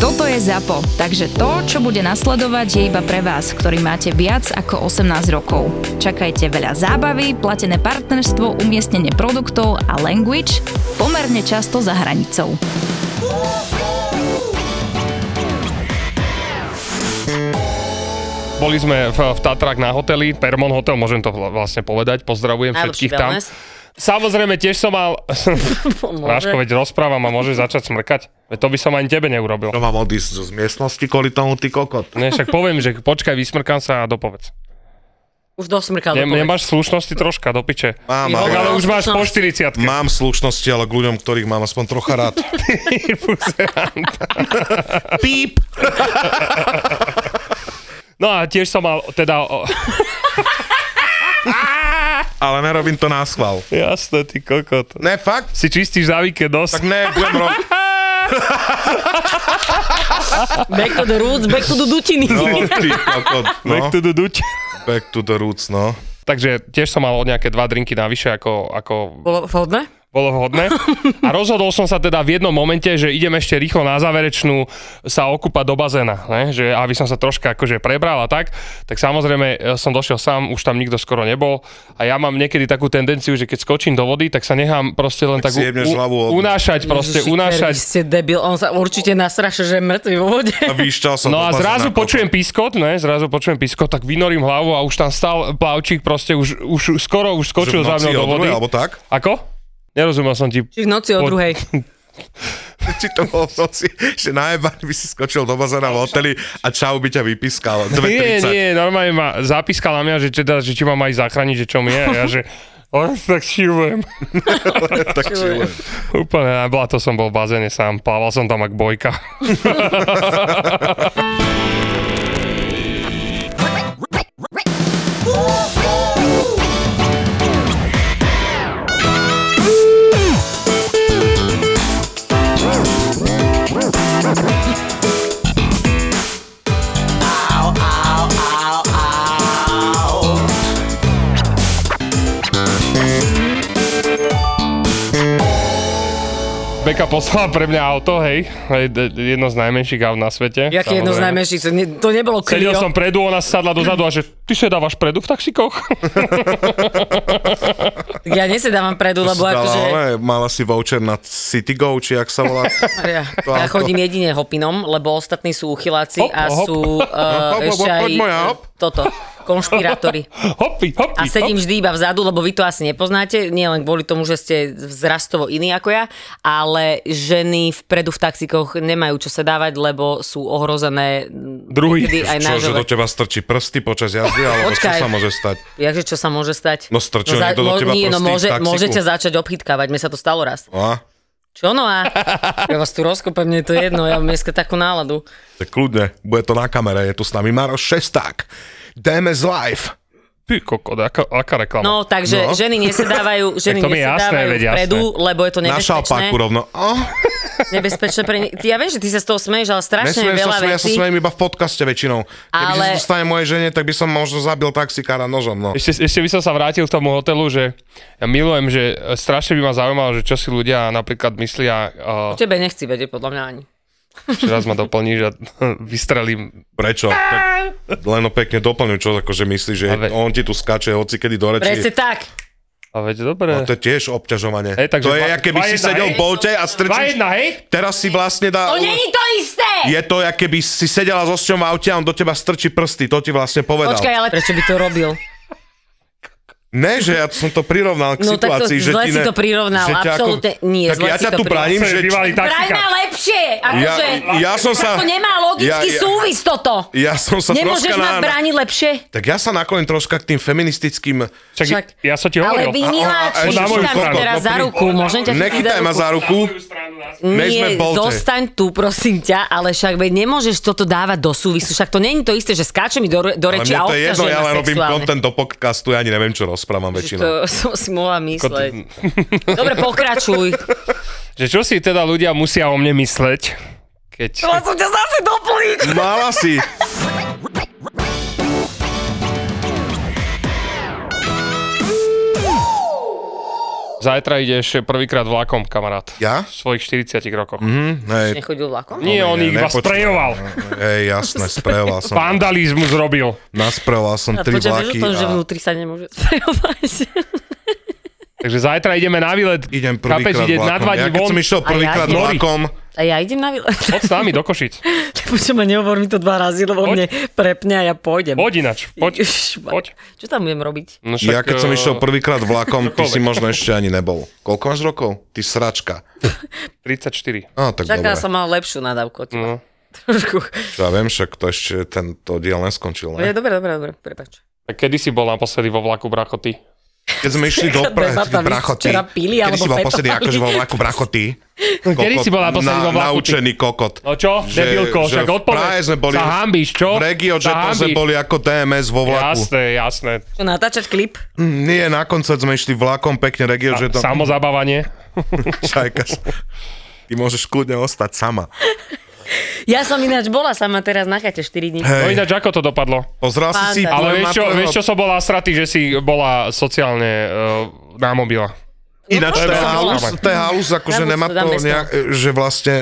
Toto je ZAPO, takže to, čo bude nasledovať, je iba pre vás, ktorý máte viac ako 18 rokov. Čakajte veľa zábavy, platené partnerstvo, umiestnenie produktov a language pomerne často za hranicou. Boli sme v, v Tatrách na hoteli, Permon Hotel, môžem to vla- vlastne povedať, pozdravujem Najlepší všetkých tam. wellness. Samozrejme, tiež som mal... Ráško, veď rozprávam a môžeš začať smrkať. Veď to by som ani tebe neurobil. Čo mám odísť z miestnosti kvôli tomu, ty kokot? Ne, však poviem, že počkaj, vysmrkám sa a dopovedz. Už dosmrkal Ne, do povedz. nemáš slušnosti troška, do piče. Mám, Tak ale, ale už máš po 40 Slušnosť. mám slušnosti, ale k ľuďom, ktorých mám aspoň trocha rád. Píp! No a tiež som mal, teda... O, Ale nerobím to na schvál. jasné, ty kokot. Ne, fakt? Si čistíš za víkend nos. Tak ne, budem robiť. Back to the roots, back to the dutiny. No, ty kokot, no. Back to the duť. Back to the roots, no. Takže tiež som mal o nejaké dva drinky navyše, ako, ako Bolo vhodné? bolo vhodné. A rozhodol som sa teda v jednom momente, že idem ešte rýchlo na záverečnú sa okúpať do bazéna, ne? že aby som sa troška akože prebral a tak. Tak samozrejme e, som došiel sám, už tam nikto skoro nebol a ja mám niekedy takú tendenciu, že keď skočím do vody, tak sa nechám proste len tak, si jebneš hlavu o dno. unášať, proste Ježiši, Vy unášať. ste debil, on sa určite nastraše, že je mŕtvy vo vode. A vyšťal som No a do bazéna, zrazu kokot. počujem pískot, ne, zrazu počujem pískot, tak vynorím hlavu a už tam stal plavčík, proste už, už skoro už skočil Že v za noci mnou do o vody. druhej, Alebo tak? Ako? Nerozumel som ti. Či v noci o Po- druhej. Či to bolo v noci, že najebaný by si skočil do bazéna v hoteli a čau by ťa vypiskal. Nie, 2.30. nie, normálne ma zapískal na mňa, že, teda, že či mám aj zachrániť, že čo mi je. A ja, že ale tak šilujem. tak chillujem. Úplne najblá, to som bol v bazéne sám. Plával som tam ako bojka. Beka poslala pre mňa auto, hej. Hej, d- jedno z najmenších aut na svete. Jak je jedno z samozrejme. najmenších, to ne- to nebolo Sedel Clio. som predu, ona sadla dozadu a že ty sedávaš predu v taxikoch? Ja nesedávam predu, lebo Dala, akože... ale mala si voucher na CityGo, či jak sa volá. Ja, To ja auto. chodím jedine hopinom, lebo ostatní sú uchyláci Hop, a hop. sú uh, hop, ešte hop, aj poď moja, eh, hop. toto, konšpirátori. Hopi, hopi, A sedím hop. vždy iba vzadu, lebo vy to asi nepoznáte, nie len kvôli tomu, že ste vzrastovo iní ako ja, ale ženy vpredu v taxikoch nemajú čo sa dávať, lebo sú ohrozené Druhý. niekedy aj Čo, že nážové. do teba strčí prsty počas jazdy, alebo čo Počkaj. sa môže stať? Jakže čo sa môže stať? No strčil niekto do mo- teba nie, no prostý v môže, taxiku. môžete začať obchytkávať, mne sa to stalo raz. No A? Čo no a? Ja vás tu rozkopem, mne je to jedno, ja mám dneska takú náladu. Tak kľudne, bude to na kamere, je tu s nami Maro Šesták. DMS Live. Ty kokot, aká, aká reklama. No, takže No. ženy nesedávajú, ženy to mi je jasné, nesedávajú veď jasné. vpredu, lebo je to Na nebezpečné. šalpáku rovno. Oh, Nebezpečné pre ne- Ty- Ja viem, že ty sa z toho smeješ, ale strašne je nesmiem veľa sa smejem, ja sa vecí. smejem iba v podcaste väčšinou. Keby Ale- ale... si stane mojej žene, tak by som možno zabil taxikára nožom, no. Ešte, ešte by som sa vrátil k tomu hotelu, že ja milujem, že e, strašne by ma zaujímalo, že čo si ľudia napríklad myslia, uh, Tebe nechci vedieť, podľa mňa ani. ešte raz ma doplníš a vystrelím. Prečo? Tak len no pekne doplňuj, čo akože myslíš, že Ale- on ti tu skače hoci kedy do Presne reči. tak. A veď dobre. No, to je tiež obťažovanie. Hej, takže to je, dva- aké by dva si jedna, sedel hej? v bolte a Dva strčíš... jedna, hej? Teraz si vlastne dá... To není to isté! Je to, aké by si sedela so osťom v aute a on do teba strčí prsty, to ti vlastne povedal. Počkaj, ale prečo by to robil? Ne, že ja som to prirovnal k No tak to situácii, že zle ti si ne, to prirovnal, že ťa absolútne nie, Tak zle ja si ťa to tu prirovnal. bránim, že... Som bývalý Prajme taxikár. lepšie! Ja, Akože, ja som sa... to nemá logický ja- ja- súvis toto! Ja som sa Nemôžeš troška ma na... brániť lepšie? Tak ja sa nakloním troška k tým feministickým... Však, Však- ja som ti hovoril. Ale vy A- a- a- miláčik, na moju chytám stranu. teraz No, za pri- ruku, môžem ťa chytiť Nechytaj za ma ruku? za ruku. Nejsme Nie, bolte. zostaň tu, prosím ťa, ale však veď nemôžeš toto dávať do súvisu, však to není to isté, že skáče mi do, re- do Ale reči mne a to je jedno, odťažuje ja ma len robím sexuálne. content do podcastu, ja ani neviem, čo rozprávam Že väčšinou. To som si mohla mysleť. Dobre, pokračuj. Že čo si teda ľudia musia o mne mysleť, keď... Ale som ťa zase doplniť. Mala si. Zajtra ideš prvýkrát vlakom, kamarát. Ja? V svojich 40 rokoch. Hej, Nechodil vlakom? Nie, on ich iba Mhm. No, nepočúvaj. Mhm. sprejoval. hej, jasné, sprejoval som. Vandalizmus robil. Nasprejoval A som tri počujem, vieš vlaky o tom, že a vnútri sa nemôže sprejovať. Takže zajtra ideme na výlet. idem Chápeš, prvýkrát ide na dva vlakom. dní Ja keď von. som A išiel ja prvýkrát idem. vlakom, A ja idem na výlet. Poď s nami do Košic. Počujem, ma nehovor mi to dva razy, lebo Poď. mne prepne a ja pôjdem. Poď inač, poď. Ježišmar. poď. Čo tam budem robiť? No ja keď som eh, išiel prvýkrát vlakom, ty si možno ešte ani nebol. Koľko máš rokov? Ty sračka. 34. Á, tak Čaká dobre. som mal lepšiu nadávku od teba. No. Trošku. Čo Ja viem, však to ešte tento diel neskončil, Je, ne? dobre, dobre, dobre, prepač. Tak kedy si bol naposledy vo vlaku Brachoty? Keď sme išli do pre, Debata, vy ste brachoty. včera pili Kedy alebo si bol posledy fetovali? akože vo vlaku brachoty? No, Kedy si bola naposledy vo vlaku, ty? Naučený kokot. No čo, Že- debilko, že však v odpoveď. Prahe sme boli- Sa hambíš, čo? V regio Sa Jeto sme hambíš. boli ako DMS vo vlaku. Jasné, jasné. Čo, natáčať klip? Mm, Nie, na koncert sme išli vlakom, pekne regio A, Jeto. samozabávanie. Čajka. Ty môžeš kľudne ostať sama. Ja som ináč bola sama teraz na chate 4 dní. No Hej, ináč, ako to dopadlo? pozrel si si... Fanta. Ale porno vieš na čo, prvého- vieš čo som bola straty, že si bola sociálne uh, na mobila. No, Ináč to je som halus, bola. to je halus, akože Na budúcu nemá dám to mesto. nejak, že vlastne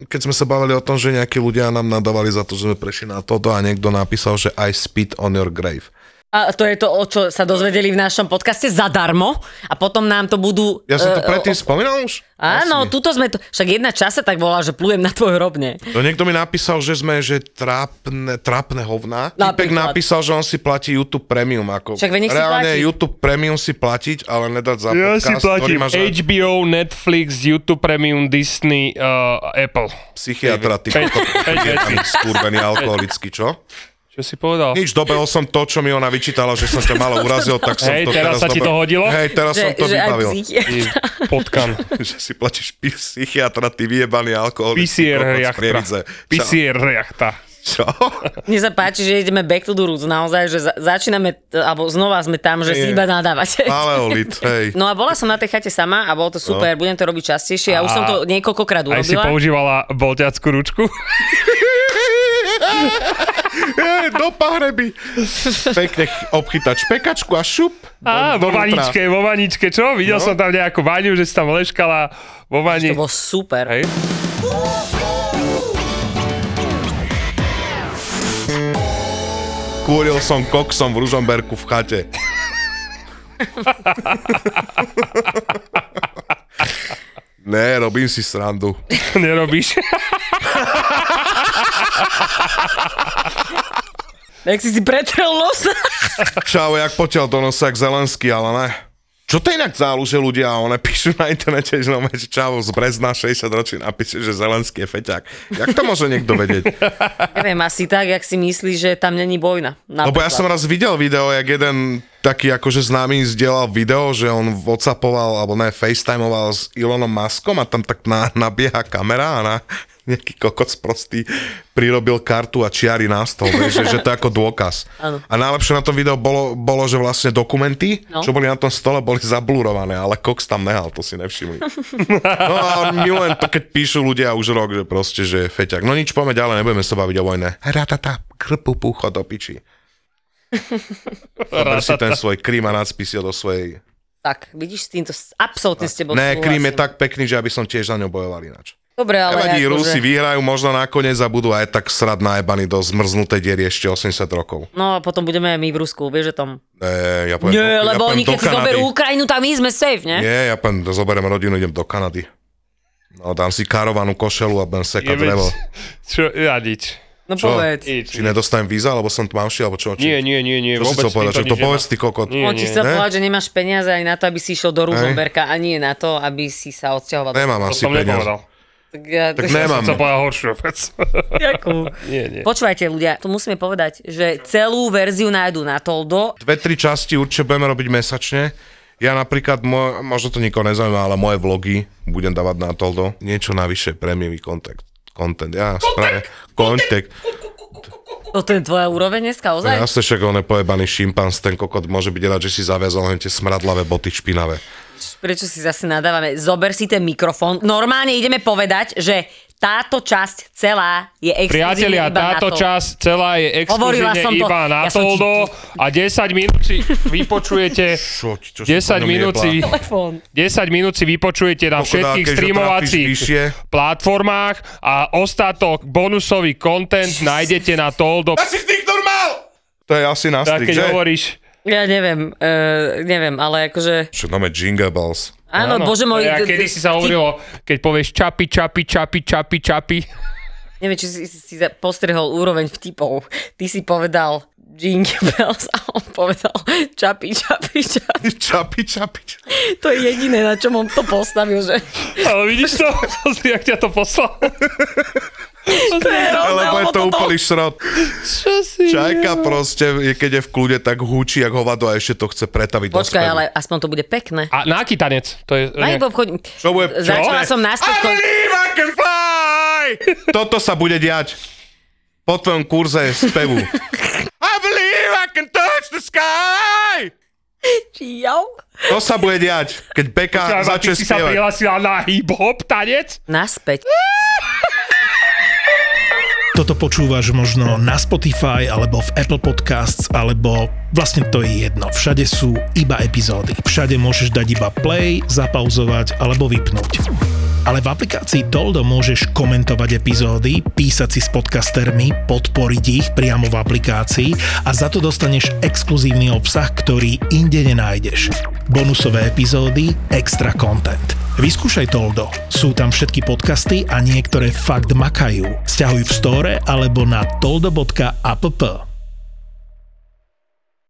keď sme sa bavili o tom, že nejakí ľudia nám nadávali za to, že sme prešli na toto a niekto napísal, že I spit on your grave. A to je to, o čo sa dozvedeli v našom podcaste zadarmo a potom nám to budú... Ja som e, to o- predtým spomínal už? Áno, Jasne. tuto sme to... Však jedna časa tak bola, že plujem na tvoj hrobne. No niekto mi napísal, že sme že trápne, trápne hovná. Typek Napríklad. napísal, že on si platí YouTube Premium. Ako Však veď nech si reálne platí. YouTube Premium si platiť, ale nedať za Ja podcast, si ktorý platím máš H- HBO, Netflix, YouTube Premium, Disney, uh, Apple. psychiatra, ty Päť- kokot, päť je tam skurvený alkoholický, čo? Čo si povedal? Nič, dobehol som to, čo mi ona vyčítala, že som ťa malo urazil, tak som Hej, to teraz teraz... sa ti to dobe- hodilo? Hej, teraz som to že aj vybavil. psychi- Ty Potkan. že si platíš pi- psychiatra, ty vyjebaný alkohol. PCR jachta. Čo? PCR jachta. Čo? Mne sa páči, že ideme back to the roots, naozaj, že za- začíname, t- alebo znova sme tam, že si Je. iba nadávate. Paleolit, hej. No a bola som na tej chate sama a bolo to super, No. budem to robiť častejšie. Ja A- už som to niekoľkokrát Aj si urobila. používala bolťackú ručku? Je, do pahreby. Pekne ch- obchytať špekačku a šup. Á, do- vo dovnútra. vaničke, vo vaničke, čo? Videl som tam nejakú vaňu, že si tam leškala vo vani. To bolo super. Hej. Kúril som koksom v Ružomberku v chate. Ne, robím si srandu. Nerobíš? Jak si si pretrel nos. Čau, jak potiaľ do nosa, jak Zelenský, ale ne. Čo to je inak zálu, že ľudia a one píšu na internete, že no, že čavo z Brezna 60 ročí napíše, že Zelenský je feťák. Jak to môže niekto vedieť? Neviem, asi tak, jak si myslíš, že tam není vojna. Lebo No, ja som raz videl video, jak jeden taký akože známy zdieľal video, že on whatsappoval, alebo ne, facetimeoval s Elonom Muskom a tam tak na, nabieha kamera a na nejaký kokot prostý prirobil kartu a čiary na stôl, vieš, že, že to je ako dôkaz. Áno. A najlepšie na tom videu bolo, bolo že vlastne dokumenty, No. no. čo boli na tom stole, boli zablurované, ale Cox tam nehal, to si nevšimli. No a milujem to, keď píšu ľudia už rok, že proste, že je feťak. No nič, poďme ďalej, nebudeme sa baviť o vojne. Ratata, krpu, pucho do piči. Zober si ten svoj Krím a nadspí si ho do svojej... Tak, vidíš, s týmto s- absolútne s tebou Ne, Krím je súhlasím. tak pekný, že aby som tiež za ňou bojoval ináč. Dobre, ale Nevadí, akože- Rusi vyhrajú možno nakoniec a budú aj tak srad najebaní do zmrznutej diery ešte 80 rokov. No a potom budeme aj my v Rusku, vieš o tom. E, ja poviem, Nie, do, lebo ja oni keď si zoberú Ukrajinu, tak my sme safe, ne? Nie, ja poviem, zoberiem rodinu, idem do Kanady. No, dám si karovanú košelu a budem sekať drevo. Čo, ja nič. No povedz. Nič, Či nedostanem víza, alebo som tmavší, alebo čo? Či... Nie, nie, nie, nie, Čo vôbec si chcel povedať? Čo nikto to nič nemá. povedz, ty kokot? Nie, On ti chcel Ne? povedať, že nemáš peniaze aj na to, aby si išiel do Ružomberka a nie na to, aby si sa odsťahoval. Nemám To asi som nepovedal. peniaze. Tak, ja, Tak nemám. Chcel povedať horšiu vec. Ďakujem. nie, nie. Počúvajte ľudia, to musíme povedať, že celú verziu nájdu na Toldo. Dve, tri časti určite budeme robiť mesačne. Ja napríklad, môj, možno to nikoho nezaujíma, ale moje vlogy budem dávať na toldo. Niečo navyše, prémiový kontakt. Content, ja spravím. Kontakt. Toto je tvoja úroveň dneska, Ja No, ozaj? sa však on je pojebaný šimpanz, ten kokot môže byť rád, že si zaviazal len tie smradlavé boty špinavé. Prečo si zase nadávame? Zober si ten mikrofón. Normálne ideme povedať, že táto časť celá je exkluzívne Priatelia, iba táto na to. časť celá je Hovorila som exkluzívne to. iba na Ja som ti- toldo a 10 minút si vypočujete Čo, ti- čo si 10 po ňom minút jebla? si, Telefón. 10 minút si vypočujete na Pokodá, všetkých keďže streamovacích trafíš vyššie. platformách a ostatok bonusový content nájdete na Toldo. Ja si z nich normál! To je asi Tak nástrik, keď že? hovoríš, Ja neviem, uh, neviem, ale akože... Čo, no máme Jingle Balls. Áno, bože môj... no, Ja kedy si sa hovorilo, keď povieš čapi, čapi, čapi, čapi, čapi. Neviem, či si, si za- postrehol úroveň vtipov. Ty si povedal Jingle Bells a on povedal čapi, čapi, čapi. Čapi, čapi, čapi. To je jediné, na čom on to postavil, že... Ale vidíš to? Pozri, jak ťa to poslal. Lebo je to toto. úplný šrot. Čo si? Čajka proste, je- keď je v kľude, tak húči, jak hovado a ešte to chce pretaviť do Počkaj, spevu. ale aspoň to bude pekné. A na aký tanec? To je... Aj nejak- po obchod... Čo bude- čo? Začala som na I skutko... believe I can fly! Toto sa bude diať po tvojom kurze spevu. I believe I can touch the sky! To sa bude diať, keď Beka Čau, Eva, ty začne si sa spievať. prihlásila na hip-hop tanec? Naspäť. Toto počúvaš možno na Spotify alebo v Apple Podcasts alebo vlastne to je jedno. Všade sú iba epizódy. Všade môžeš dať iba play, zapauzovať alebo vypnúť. Ale v aplikácii Toldo môžeš komentovať epizódy, písať si s podcastermi, podporiť ich priamo v aplikácii a za to dostaneš exkluzívny obsah, ktorý inde nenájdeš. Bonusové epizódy, extra content. Vyskúšaj Toldo. Sú tam všetky podcasty a niektoré fakt makajú. Sťahuj v store alebo na toldo.app.